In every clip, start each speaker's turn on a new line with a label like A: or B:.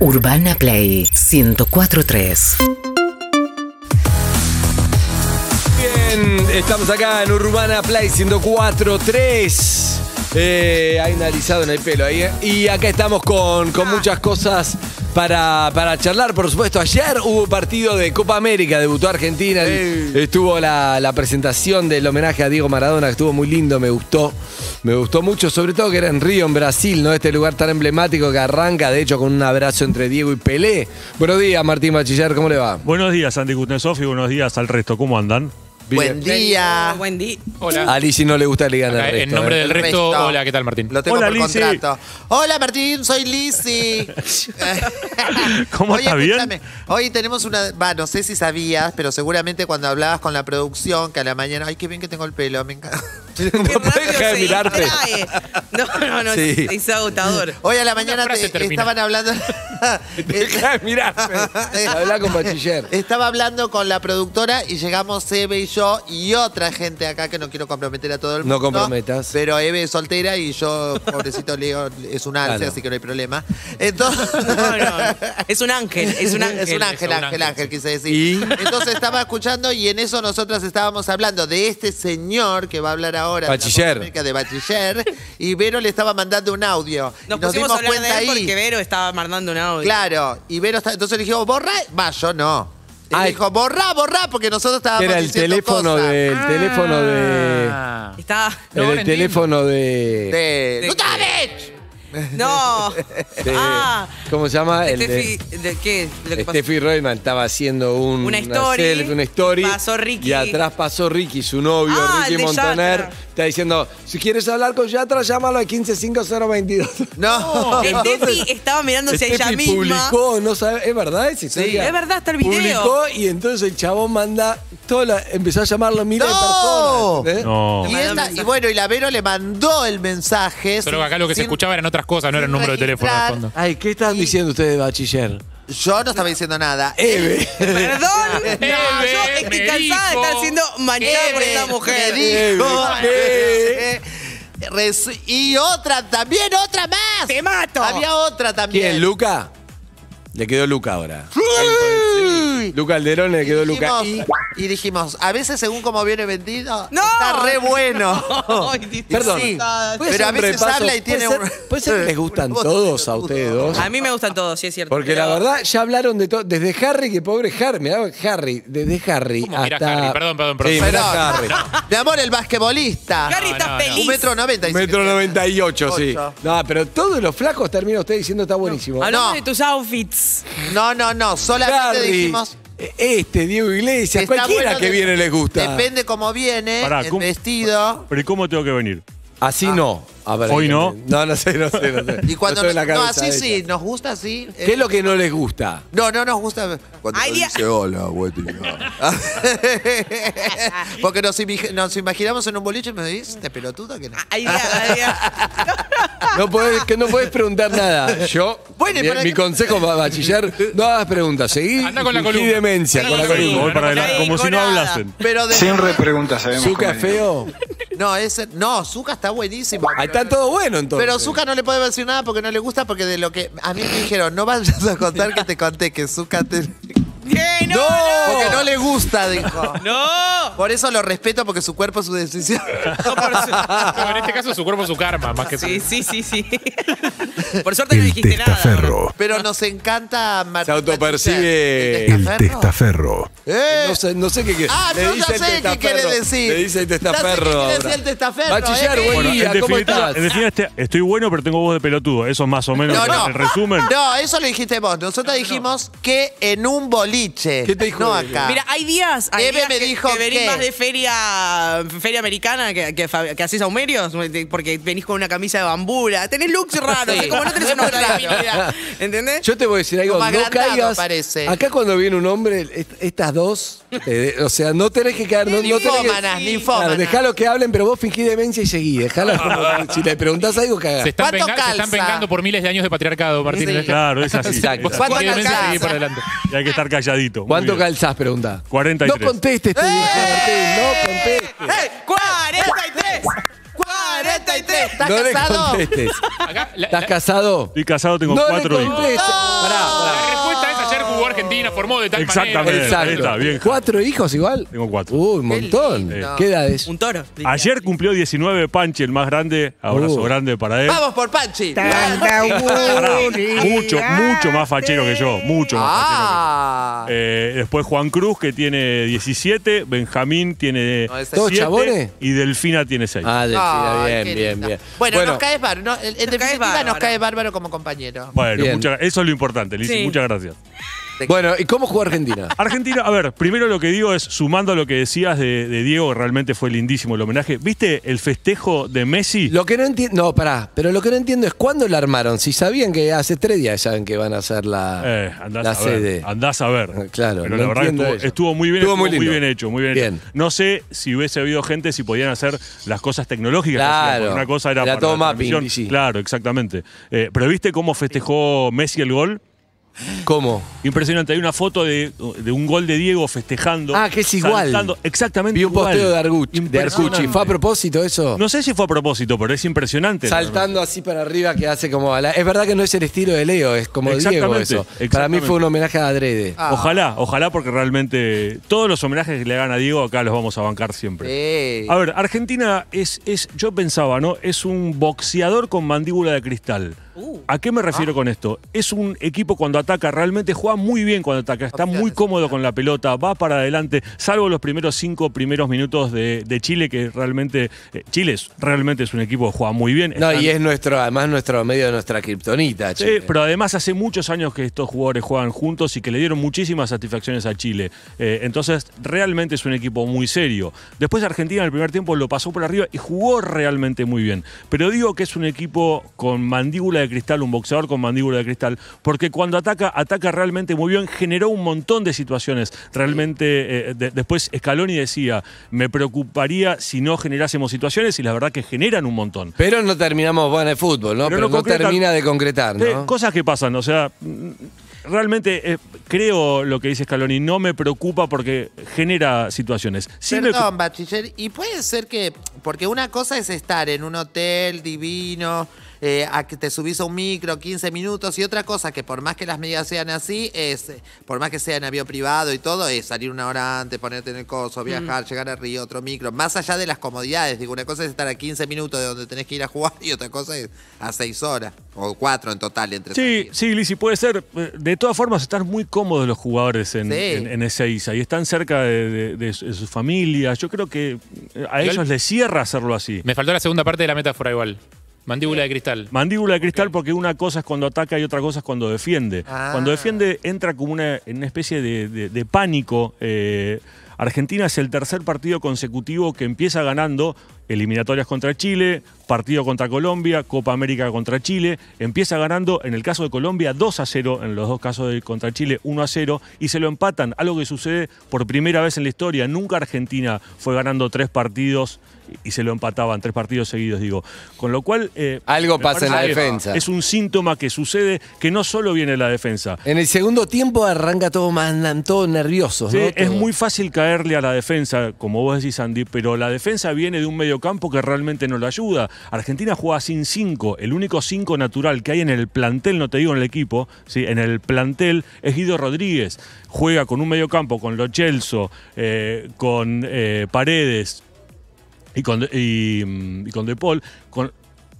A: Urbana Play 1043.
B: Bien, estamos acá en Urbana Play 104.3. Eh, hay narizado en el pelo ahí. eh. Y acá estamos con, con muchas cosas para, para charlar, por supuesto. Ayer hubo partido de Copa América, debutó Argentina. y Estuvo la, la presentación del homenaje a Diego Maradona, que estuvo muy lindo, me gustó. Me gustó mucho, sobre todo que era en Río, en Brasil, ¿no? Este lugar tan emblemático que arranca, de hecho, con un abrazo entre Diego y Pelé. Buenos días, Martín Bachiller, ¿cómo le va?
C: Buenos días, Andy Kuznetsov, y buenos días al resto. ¿Cómo andan?
D: Buen día.
E: Buen día.
F: Hola.
B: A Lizzy no le gusta ligar
F: Acá,
B: al resto.
F: en Ah, nombre
B: ¿eh?
F: del resto,
D: Resto.
F: hola, ¿qué tal Martín?
D: Lo tengo
C: Hola,
D: por
C: Lizzy.
D: contrato. Hola Martín, soy Lizzy.
C: ¿Cómo
D: Oye,
C: estás, bien?
D: escúchame, Hoy tenemos una. Va, no sé si sabías, pero seguramente cuando hablabas con la producción, que a la mañana. Ay, qué bien que tengo el pelo, me encanta.
B: no puede dejar de
E: se
B: mirarte.
E: distrae. No, no, no,
B: Sí.
E: es, es agotador.
D: Hoy a la mañana
F: frase
D: te-
F: termina.
D: estaban hablando. Este,
B: Deja de mirarme. Habla con Bachiller.
D: Estaba hablando con la productora y llegamos Eve y yo y otra gente acá que no quiero comprometer a todo el
B: No
D: mundo.
B: comprometas.
D: Pero Eve es soltera y yo, pobrecito Leo, es un alce,
B: Claro.
D: así que no hay problema. Entonces.
E: No, no, es un ángel, es un ángel.
D: Es un ángel,
F: un
D: ángel,
F: ángel,
D: ángel, quise decir.
B: ¿Y?
D: Entonces estaba escuchando y en eso nosotras estábamos hablando de este señor que va a hablar ahora. de la
B: Bachiller.
D: Copa América De bachiller. Y Vero le estaba mandando un audio. Y
E: Nos, pusimos a hablar de él porque Vero estaba mandando un audio.
D: Claro. Y Vero está- entonces le dijo, borra. Va, yo no. Él
B: Ah,
D: dijo, borra, borra, porque nosotros estábamos
B: Era el
D: diciendo
B: teléfono
D: cosas.
B: del teléfono de.
F: Ah.
E: Estaba.
F: No,
B: Era
F: no
B: el
F: entiendo.
B: teléfono de.
D: De...
E: De-
D: ¡Lutovic!
E: No.
B: de-
E: ah.
B: ¿Cómo se llama? El
E: Steffi,
B: de.
E: de, ¿Qué? Lo que pasó.
B: Steffi Reutemann estaba haciendo un,
E: Una story.
B: selfie, una story.
E: Pasó Ricky.
B: Y atrás pasó Ricky, su novio,
E: Ah, el
B: Ricky
E: de
B: Montaner.
E: Yatra.
B: Está diciendo: si quieres hablar con Yatra, llámalo al 155022.
D: No.
E: Steffi estaba mirándose a ella
B: Steffi
E: misma.
B: publicó, no sabe, es verdad esa historia.
E: es verdad, está el video.
B: Publicó y entonces el chabón manda, toda la- empezó a llamarlo miles de
D: No.
B: personas. ¿eh?
C: No.
D: Y,
E: mandó
D: esta-
E: mensaje.
D: y bueno, y la Vero le mandó el mensaje.
F: Pero
D: sin-
F: acá lo que se
D: sin-
F: escuchaba eran otras cosas, no era el número de teléfono de
D: registrar.
F: fondo.
B: Ay, ¿qué están diciendo ustedes de bachiller?
D: Yo no estaba diciendo nada.
B: Eve.
D: eh,
E: Perdón. No,
F: Eve,
E: yo estoy
F: me
E: cansada
F: dijo.
E: de estar siendo manchada por
D: Eve,
E: esta
D: me
E: mujer.
D: Eh, dijo,
B: eh, Eve.
D: eh, res- y otra, también otra más.
E: Te mato.
D: Había otra también.
B: ¿Quién? ¿Luca? Le quedó Luca ahora.
D: Uy.
B: Luca Alderón le quedó Luca.
D: Dijimos- y dijimos, a veces según como viene vendido,
E: No.
D: está re bueno.
E: Ay, Dios.
B: Perdón.
D: Sí.
B: ¿Puede
D: Pero
B: ser
D: a
B: un
D: veces
B: repaso?
D: habla y tiene
B: ¿Puede
D: un-
B: ser, puede ser que les gustan
D: Una voz
B: todos
D: de
B: a ustedes dos.
E: A mí me gustan todos, sí es cierto.
B: Porque la
E: pero-
B: verdad, ya hablaron de todo. Desde Harry, que pobre Harry. Mirá, Harry. Desde Harry
F: ¿Cómo mirá
B: hasta...
F: Harry? Perdón, perdón, perdón.
B: Sí, mirá
D: Perdón.
B: Harry.
D: Mi amor, el basquetbolista.
E: Gary
F: No,
E: está
F: no, no.
E: feliz.
D: Un metro noventa. dice
B: Metro
D: que-
B: 98, sí.
D: Ocho.
B: No, pero todos los flacos termina usted diciendo está buenísimo.
E: Hablando
D: No.
E: de tus outfits.
D: No, no, no. Solamente
B: Harry,
D: dijimos.
B: este, Diego Iglesias,
D: está
B: cualquiera
D: bueno
B: que
D: de-
B: viene les gusta.
D: Depende cómo viene,
C: Pará,
D: el
C: ¿cómo-
D: vestido.
C: Pero ¿y cómo tengo que venir?
B: Así no. A ver,
C: Hoy no.
B: No, no sé, no sé, no sé.
D: Ah. Y cuando
B: No estoy en la
D: nos- no,
B: cabeza
D: así
B: de
D: sí,
B: ella.
D: nos gusta así. eh,
B: ¿Qué es lo que no les gusta?
D: No, no nos gusta. Cuando
E: Hay
D: nos
E: días-
D: dice hola, buen día". Porque nos, imig- nos imaginamos en un boliche y me dice, este pelotudo que no.
E: Hay días, hay días.
B: No podés, que no podés preguntar nada. Yo,
D: Bueno, y
B: mi,
D: para
B: mi
D: que-
B: consejo para bachiller, no hagas preguntas. Seguí
F: Andá con la
B: y fingí
F: columna.
B: demencia
F: Andá
B: con la
F: con la
B: columna.
C: Voy
F: bueno,
C: para
F: no
C: adelante,
E: me
C: como si no
E: dijo nada.
C: hablasen.
D: Pero de.
G: Siempre preguntas, sabemos.
B: ¿Zuka
G: cómo
B: es
G: venir.
B: feo?
D: No, ese, no, Zuka está buenísimo.
B: Ahí está todo bueno entonces.
D: Pero Zuka no le puede decir nada porque no le gusta, porque de lo que. A mí me dijeron, no vayas a contar que te conté que Zuka te.
E: ¿Qué? No,
D: Porque no le gusta, dijo.
E: no.
D: Por eso lo respeto, porque su cuerpo es su decisión.
F: Pero en este caso, su cuerpo, su karma, más que su-
E: Sí, sí, sí, sí. Por suerte no dijiste nada.
H: testaferro.
D: Pero nos encanta
B: Se
D: Martín.
B: autopercibe.
D: ¿El
H: El
D: testaferro?
H: testaferro.
D: ¡Eh!
B: No sé, no sé qué quiere.
D: Ah,
B: Le
D: yo ya
B: dice el
D: sé qué
B: testaferro.
D: quiere decir.
B: Le dice el testaferro.
D: Ya sé qué quiere decir
B: ahora.
D: el testaferro,
B: Bachiller,
D: eh.
B: buen
D: Bueno,
B: día,
C: en
B: ¿cómo
C: definitiva,
B: estás?
C: en definitiva, este- estoy bueno, pero tengo voz de pelotudo. Eso es más o menos
D: No, no.
C: el resumen.
D: No, eso lo dijiste vos. Nosotros dijimos que en un boliche.
B: ¿Qué te dijo
D: No
B: Eve?
D: acá.
E: Mira, hay días, hay
D: Eve
E: días
D: me
E: que,
D: dijo
E: que venís
D: que-
E: más de feria feria americana que, que, fa- que haces aumerios, porque venís con una camisa de bambura. Tenés looks raros,
D: Sí.
E: es como no tenés una buena identidad. ¿Entendés?
B: Yo te voy a decir algo,
D: Como
B: no
D: agrandado,
B: caigas.
D: parece.
B: Acá cuando viene un hombre, est- estas dos, te de- o sea, no tenés que caer, no, no tenés que.
D: Ninfómanas,
B: Claro,
D: ninfómanas.
B: dejalo que hablen, pero vos fingí demencia y seguí. Dejalo como- si le preguntás algo, cagás.
F: Se están,
D: ¿Cuánto
F: venga- se están
D: calza?
F: vengando por miles de años de patriarcado, Martín. este-
D: Sí.
C: Claro, es así.
B: Exacto.
C: Es así.
D: ¿Cuánto
F: Cuatro meses
D: calza?
F: de seguir para adelante.
C: Y hay que estar calladito. Muy
B: ¿Cuánto
C: bien.
B: calzás? Pregunta.
C: 43.
B: No
D: ¡Eh!
B: contestes, te dije, Martín, no contestes.
E: ¡Eh! ¡43! ¡43! 43.
D: ¿Estás
B: no le
D: casado?
B: contestes.
F: Acá, la,
B: ¿Estás
F: la-
B: casado?
C: Estoy casado, tengo
B: no
C: cuatro
B: le
C: hijos.
B: contestes. Pará,
F: la respuesta es ayer jugó Argentina, formó de tal
B: pará.
C: Exactamente.
F: manera.
B: Exacto.
C: ahí está, bien.
B: ¿Cuatro hijos igual?
C: Tengo cuatro.
B: Uy, un montón.
D: lindo.
B: ¿Qué edades?
E: Un toro. diría.
C: Ayer cumplió 19 Panchi, el más grande. Abrazo
B: Uh.
C: grande para él.
D: Vamos por Panchi.
C: Pará, mucho, mucho más fachero que yo. Mucho más fachero que yo.
D: Ah.
C: Eh, después Juan Cruz, que tiene 17. Benjamín tiene
D: No, ese-
C: 7.
B: ¿Todos chabones?
C: Y Delfina tiene 6.
B: Ah, Delfina,
D: Ay,
B: bien,
D: qué
B: bien,
D: linda.
B: bien.
D: Bueno, nos caes bárbaro. no, en definitiva, nos cae bárbaro.
E: bárbaro.
D: como compañero.
C: Bueno,
B: Bien.
C: muchas- eso es lo importante, Lizzy.
E: Sí.
C: Muchas gracias.
B: bueno, ¿y cómo jugó Argentina?
C: Argentina, a ver, primero lo que digo es, sumando a lo que decías de, de Diego, realmente fue lindísimo el homenaje. ¿Viste el festejo de Messi?
B: Lo que no entiendo, no, pará, pero lo que no entiendo es cuándo la armaron. Si sabían que hace tres días saben que van a hacer la,
C: Eh, andás,
B: la
C: a
B: sede.
C: ver, andás a ver.
B: Eh, claro,
C: Pero
B: no
C: la verdad que
B: entiendo
C: estuvo,
B: eso.
C: estuvo muy bien,
B: Estuvo
C: estuvo
B: muy
C: muy,
B: lindo.
C: bien hecho, muy bien, hecho.
B: Bien.
C: No sé si hubiese habido gente si podían hacer las cosas tecnológicas. que
B: Claro.
C: hacían, porque Una cosa era,
B: Era
C: para
B: todo
C: la
B: mapping,
C: transmisión.
B: sí.
C: Claro, exactamente. Eh, pero viste cómo festejó Messi el gol.
B: ¿Cómo?
C: Impresionante, hay una foto de, de un gol de Diego festejando.
B: Ah, que es igual.
C: saltando, exactamente
B: Vi un
C: igual.
B: posteo de Argucci. De
C: Impresionante.
B: Arcucci. ¿Fue a propósito eso?
C: No sé si fue a propósito, pero es impresionante.
B: Saltando así para arriba que hace como... a la- Es verdad que no es el estilo de Leo, es como Diego
C: Exactamente,
B: eso. Para mí
C: exactamente. Ah,
B: fue un homenaje a Adrede.
C: Ojalá, ojalá, porque realmente todos los homenajes que le hagan a Diego acá los vamos a bancar siempre.
D: Sí.
C: A ver, Argentina es, es, yo pensaba, ¿no? Es un boxeador con mandíbula de cristal. ¿A qué me refiero con esto? Es un equipo cuando ataca, realmente juega muy bien cuando ataca, está muy cómodo con la pelota, va para adelante, salvo los primeros cinco primeros minutos de, de Chile, que realmente, eh, Chile es, realmente es un equipo que juega muy bien.
B: No,
C: Están-
B: y es nuestro, además nuestro medio de nuestra kriptonita,
C: Sí,
B: che.
C: pero además hace muchos años que estos jugadores juegan juntos y que le dieron muchísimas satisfacciones a Chile. Eh, entonces, realmente es un equipo muy serio. Después Argentina en el primer tiempo lo pasó por arriba y jugó realmente muy bien. Pero digo que es un equipo con mandíbula de cristal, un boxeador con mandíbula de cristal, porque cuando ataca, ataca realmente muy bien, generó un montón de situaciones. Realmente, eh, de- después Scaloni decía, me preocuparía si no generásemos situaciones y la verdad que generan un montón.
B: Pero no terminamos, bueno, el fútbol, ¿no? Pero, no,
C: concretan-
B: termina de concretar, ¿no?
C: Sí, cosas que pasan, o sea, mm, realmente eh, creo lo que dice Scaloni, no me preocupa porque genera situaciones. Sí me-
D: Perdón, bachiller. Y puede ser que. Porque una cosa es estar en un hotel divino, eh, a que te subís a un micro 15 minutos, y otra cosa que por más que las medidas sean así, es. eh, Por más que sea en avión privado y todo, es salir una hora antes, ponerte en el coso, viajar,
C: Mm.
D: llegar a Río, otro micro. Más allá de las comodidades, digo, una cosa es estar a 15 minutos de donde tenés que ir a jugar, y otra cosa es a 6 horas, o 4 en total entre
C: Sí,
D: salidas.
C: sí, Lizzy, puede ser. Eh, De todas formas, están muy cómodos los jugadores en,
D: Sí.
C: en, en Ezeiza y están cerca de, de- de su- de sus familias. Yo creo que eh, a
F: Igual-
C: ellos les cierra hacerlo así.
F: Me faltó la segunda parte de la metáfora igual. Mandíbula de cristal.
C: Mandíbula de cristal porque una cosa es cuando ataca y otra cosa es cuando defiende.
D: Ah.
C: Cuando defiende entra como una, en una especie de, de- de pánico. Eh, Argentina es el tercer partido consecutivo que empieza ganando eliminatorias contra Chile, partido contra Colombia, Copa América contra Chile. Empieza ganando, en el caso de Colombia, 2 a 0, en los dos casos de contra Chile, 1 a 0, y se lo empatan. Algo que sucede por primera vez en la historia. Nunca Argentina fue ganando tres partidos y se lo empataban, tres partidos seguidos, digo. Con lo cual... eh,
B: Algo
C: me
B: pasa en la
C: parece que
B: defensa.
C: Es un síntoma que sucede que no solo viene de la defensa.
B: En el segundo tiempo arranca todo más, andan todos nerviosos,
C: Sí,
B: ¿no?
C: es
B: Todo.
C: muy fácil caerle a la defensa, como vos decís, Andy, pero la defensa viene de un mediocampo que realmente no lo ayuda. Argentina juega sin 5. El único 5 natural que hay en el plantel, no te digo en el equipo, ¿sí? en el plantel es Guido Rodríguez. Juega con un mediocampo, con Lo Celso, eh, con eh, Paredes, y con, y, mm, y con De Paul, con-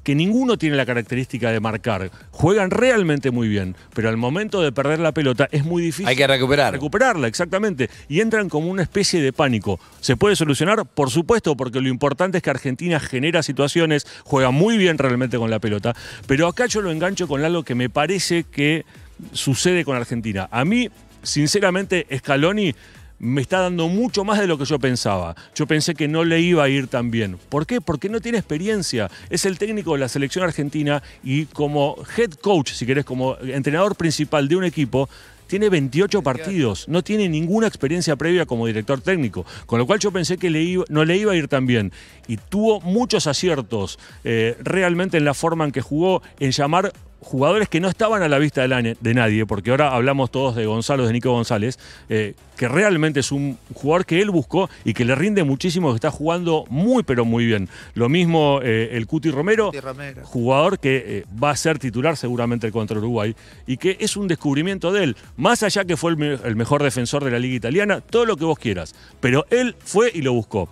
C: que ninguno tiene la característica de marcar. Juegan realmente muy bien, pero al momento de perder la pelota es muy difícil.
B: Hay que recuperar.
C: Recuperarla, exactamente. Y entran como una especie de pánico. ¿Se puede solucionar? Por supuesto, porque lo importante es que Argentina genera situaciones, juega muy bien realmente con la pelota. Pero acá yo lo engancho con algo que me parece que sucede con Argentina. A mí, sinceramente, Scaloni me está dando mucho más de lo que yo pensaba. Yo pensé que no le iba a ir tan bien. ¿Por qué? Porque no tiene experiencia. Es el técnico de la selección argentina y como head coach, si querés, como entrenador principal de un equipo, tiene 28 partidos, no tiene ninguna experiencia previa como director técnico, con lo cual yo pensé que le iba- no le iba a ir tan bien. Y tuvo muchos aciertos eh, realmente en la forma en que jugó, en llamar jugadores que no estaban a la vista de, la- de nadie, porque ahora hablamos todos de Gonzalo, de Nico González, eh, que realmente es un jugador que él buscó y que le rinde muchísimo, que está jugando muy, pero muy bien. Lo mismo eh, el Cuti Romero,
D: Cuti Romero.
C: jugador que eh, va a ser titular seguramente contra Uruguay y que es un descubrimiento de él. Más allá que fue el, me- el mejor defensor de la liga italiana, todo lo que vos quieras. Pero él fue y lo buscó.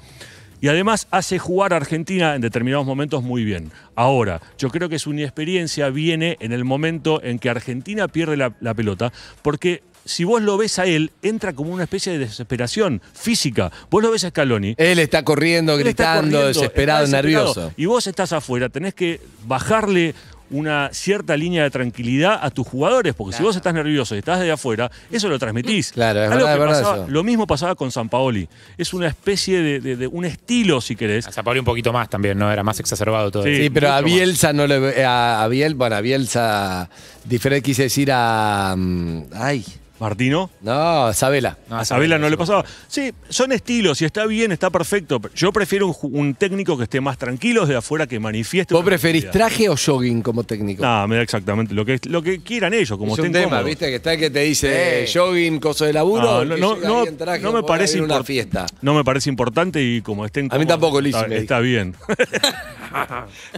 C: Y además hace jugar a Argentina en determinados momentos muy bien. Ahora, yo creo que su inexperiencia viene en el momento en que Argentina pierde la, la pelota, porque si vos lo ves a él, entra como una especie de desesperación física. Vos lo ves a Scaloni,
B: Él está corriendo,
C: él está
B: gritando,
C: corriendo,
B: desesperado,
C: está desesperado.
B: nervioso.
C: Y vos estás afuera, tenés que bajarle una cierta línea de tranquilidad a tus jugadores, porque si vos estás nervioso y estás de afuera, eso lo transmitís.
B: Claro, es
C: Algo
B: verdad,
C: que
B: es verdad
C: pasaba-
B: eso.
C: Lo mismo pasaba con San Paoli. Es una especie de, de- de un estilo, si querés.
F: A San Paoli un poquito más también, ¿no? Era más exacerbado todo.
C: Sí.
F: eso.
B: Sí, pero a
C: mucho más.
B: Bielsa no le ve- a, a Biel, bueno, a Bielsa diferente quise decir a mm, ay,
C: Martino.
B: no, Sabela.
F: No,
C: a Sabela no
F: sí.
C: le pasaba. Sí, son estilos y está bien, está perfecto. pero Yo prefiero un, ju- un técnico que esté más tranquilo desde afuera, que manifieste.
B: ¿Vos
C: una
B: preferís
C: tranquilidad.
B: traje o jogging como técnico?
C: Nah, me da exactamente lo que, lo que quieran ellos, como
B: es un
C: estén
B: tema,
C: cómodos.
B: ¿viste? Que está el que te dice eh, jogging, coso de laburo.
C: No,
B: el
C: no,
B: que llega
C: Ah, no, no,
B: ahí en traje,
C: no me
B: pobre,
C: parece
B: viene una
C: import-
B: fiesta.
C: No me parece importante y como
B: A
C: estén
B: mí
C: cómodos,
B: tampoco, Lizzy,
C: está,
B: me dijo.
C: está bien.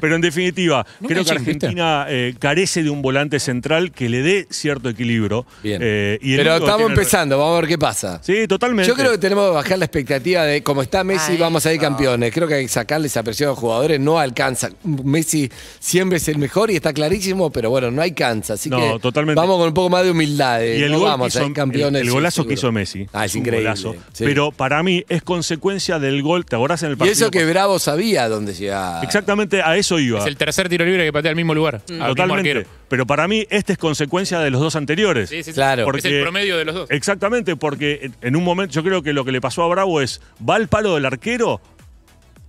C: Pero en definitiva,
F: Nunca
C: creo que
F: dicen, ¿viste?
C: Argentina eh, carece de un volante central que le dé cierto equilibrio.
B: Bien.
C: Eh, y el
B: Pero
C: único que
B: estamos
C: tiene-
B: empezando, vamos a ver qué pasa.
C: Sí, totalmente.
B: Yo creo que tenemos que bajar la expectativa de cómo está Messi,
D: Ay,
B: vamos a ir
D: no.
B: campeones. Creo que hay que sacarle esa presión a los jugadores, no alcanza. Messi siempre es el mejor y está clarísimo, pero bueno, no alcanza. Así
C: No,
B: que
C: totalmente.
B: vamos con un poco más de humildad. eh,
C: Y el,
B: no
C: gol
B: vamos
C: que
B: a
C: hizo-
B: ir campeones.
C: el- el golazo
B: seguro.
C: que hizo Messi.
B: Ah, es
C: un
B: increíble.
C: golazo.
B: sí.
C: Pero para mí es consecuencia del gol. ¿Te acordás en el
B: y
C: partido?
B: eso que Bravo sabía dónde llegaba.
C: Exactamente a eso iba.
F: Es el tercer tiro libre que patea al mismo lugar. Al mismo
C: Mm. Totalmente.
F: arquero.
C: Pero para mí, este es consecuencia de los dos anteriores.
F: Sí, sí, sí.
B: Claro.
F: Es el promedio de los dos.
C: Exactamente, porque en- en un momento, yo creo que lo que le pasó a Bravo es: ¿va al palo del arquero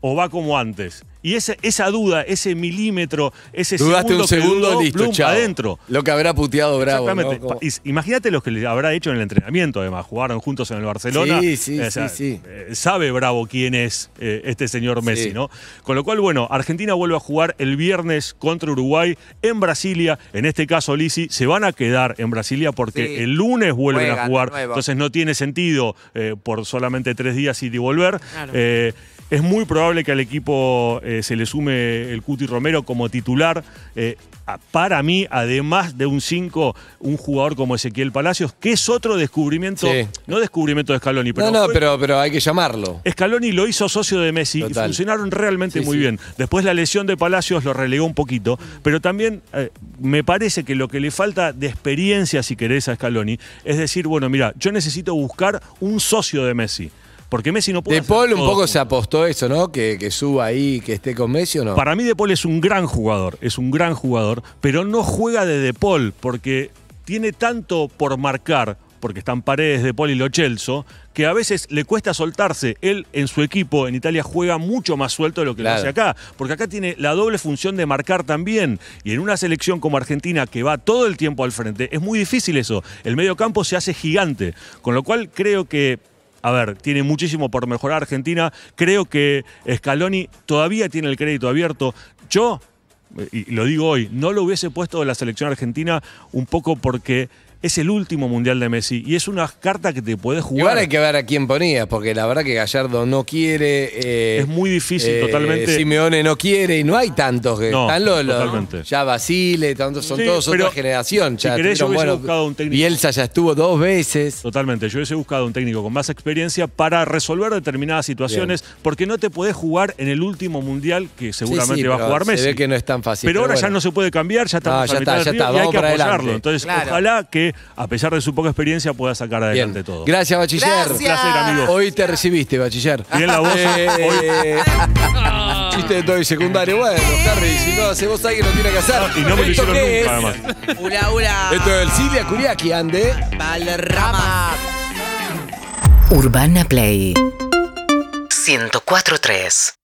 C: o va como antes? Y esa, esa duda, ese milímetro, ese
B: Dudaste
C: segundo
B: un segundo,
C: que dudó,
B: listo,
C: plum,
B: chao.
C: adentro.
B: Lo que habrá puteado Bravo. ¿no?
C: Exactamente.
B: Como-
C: Pa- is- Imagínate los que le habrá hecho en el entrenamiento, además. Jugaron juntos en el Barcelona.
B: Sí, sí, sí, sí.
C: eh, Sabe Bravo quién es eh, este señor Messi,
B: Sí.
C: ¿no? Con lo cual, bueno, Argentina vuelve a jugar el viernes contra Uruguay en Brasilia. En este caso, Lisi, se van a quedar en Brasilia porque
D: Sí.
C: el lunes vuelven a
D: Juegan de
C: jugar.
D: nuevo.
C: Entonces no tiene sentido eh, por solamente tres días ir y volver.
E: Claro.
C: Eh, es muy probable que al equipo eh, se le sume el Cuti Romero como titular. Eh, a- para mí, además de un 5, un jugador como Ezequiel Palacios, que es otro descubrimiento,
B: Sí.
C: no descubrimiento de Scaloni, pero,
B: no, no,
C: fue- Eh,
B: pero, pero hay que llamarlo.
C: Scaloni lo hizo socio de Messi
B: Total.
C: y funcionaron realmente
B: Sí,
C: muy
B: sí.
C: bien. Después la lesión de Palacios lo relegó un poquito, pero también eh, me parece que lo que le falta de experiencia, si querés, a Scaloni, es decir, bueno, mira, yo necesito buscar un socio de Messi. Porque Messi no puede.
B: De
C: hacer
B: Paul un
C: todo
B: poco
C: junto.
B: se apostó eso, ¿no? Que, que suba ahí, que esté con Messi o no.
C: Para mí De Paul es un gran jugador, es un gran jugador, pero no juega de De Paul porque tiene tanto por marcar, porque están paredes De Paul y Lo Celso, que a veces le cuesta soltarse. Él en su equipo en Italia juega mucho más suelto de lo que
B: Claro.
C: lo hace acá, porque acá tiene la doble función de marcar también. Y en una selección como Argentina que va todo el tiempo al frente, es muy difícil eso. El medio campo se hace gigante, con lo cual creo que a ver, tiene muchísimo por mejorar Argentina. Creo que Scaloni todavía tiene el crédito abierto. Yo, y lo digo hoy, no lo hubiese puesto de la selección argentina un poco porque es el último mundial de Messi y es una carta que te puedes
B: Igual hay
C: jugar.
B: que ver a quién ponías, porque la verdad que Gallardo no quiere. eh,
C: Es muy difícil, totalmente.
B: Simeone no quiere y no hay tantos que
C: No,
B: están los, los-
C: totalmente.
B: Ya Basile, tantos, son
C: Sí,
B: todos otra
C: pero
B: generación.
C: si
B: Ya
C: querés, yo
B: tuvieron
C: hubiese
B: buenos-
C: buscado un técnico.
B: Bielsa ya estuvo dos veces.
C: Totalmente, yo hubiese buscado un técnico con más experiencia para resolver determinadas situaciones, porque no te podés jugar en el último mundial que seguramente
B: Sí, sí,
C: va a
B: pero
C: jugar
B: se
C: Messi.
B: ve que no es tan fácil,
C: Pero,
B: pero
C: ahora ya
B: bueno.
C: no se puede cambiar, ya estamos
B: No,
C: a
B: ya
C: la
B: está,
C: mitad del
B: ya
C: río
B: está,
C: y hay
B: vamos
C: que
B: para
C: apoyarlo.
B: adelante.
C: Entonces,
D: Claro.
C: ojalá que a pesar de su poca experiencia pueda sacar
B: Bien.
C: adelante todo.
B: Gracias, bachiller.
D: Gracias.
C: placer, amigo.
B: Hoy te recibiste, bachiller.
C: Bien la voz.
B: Eh, Chiste de todo y secundario. Bueno, Harry, si no hace vos alguien lo tiene que hacer.
C: Ah, Y no me lo
B: ¿Esto
C: hicieron
B: qué
C: nunca,
B: es?
C: además.
E: Ula, ula.
B: Esto es el Silvia Curiaki, ande.
E: Valderrama.
A: Urbana Play 104.3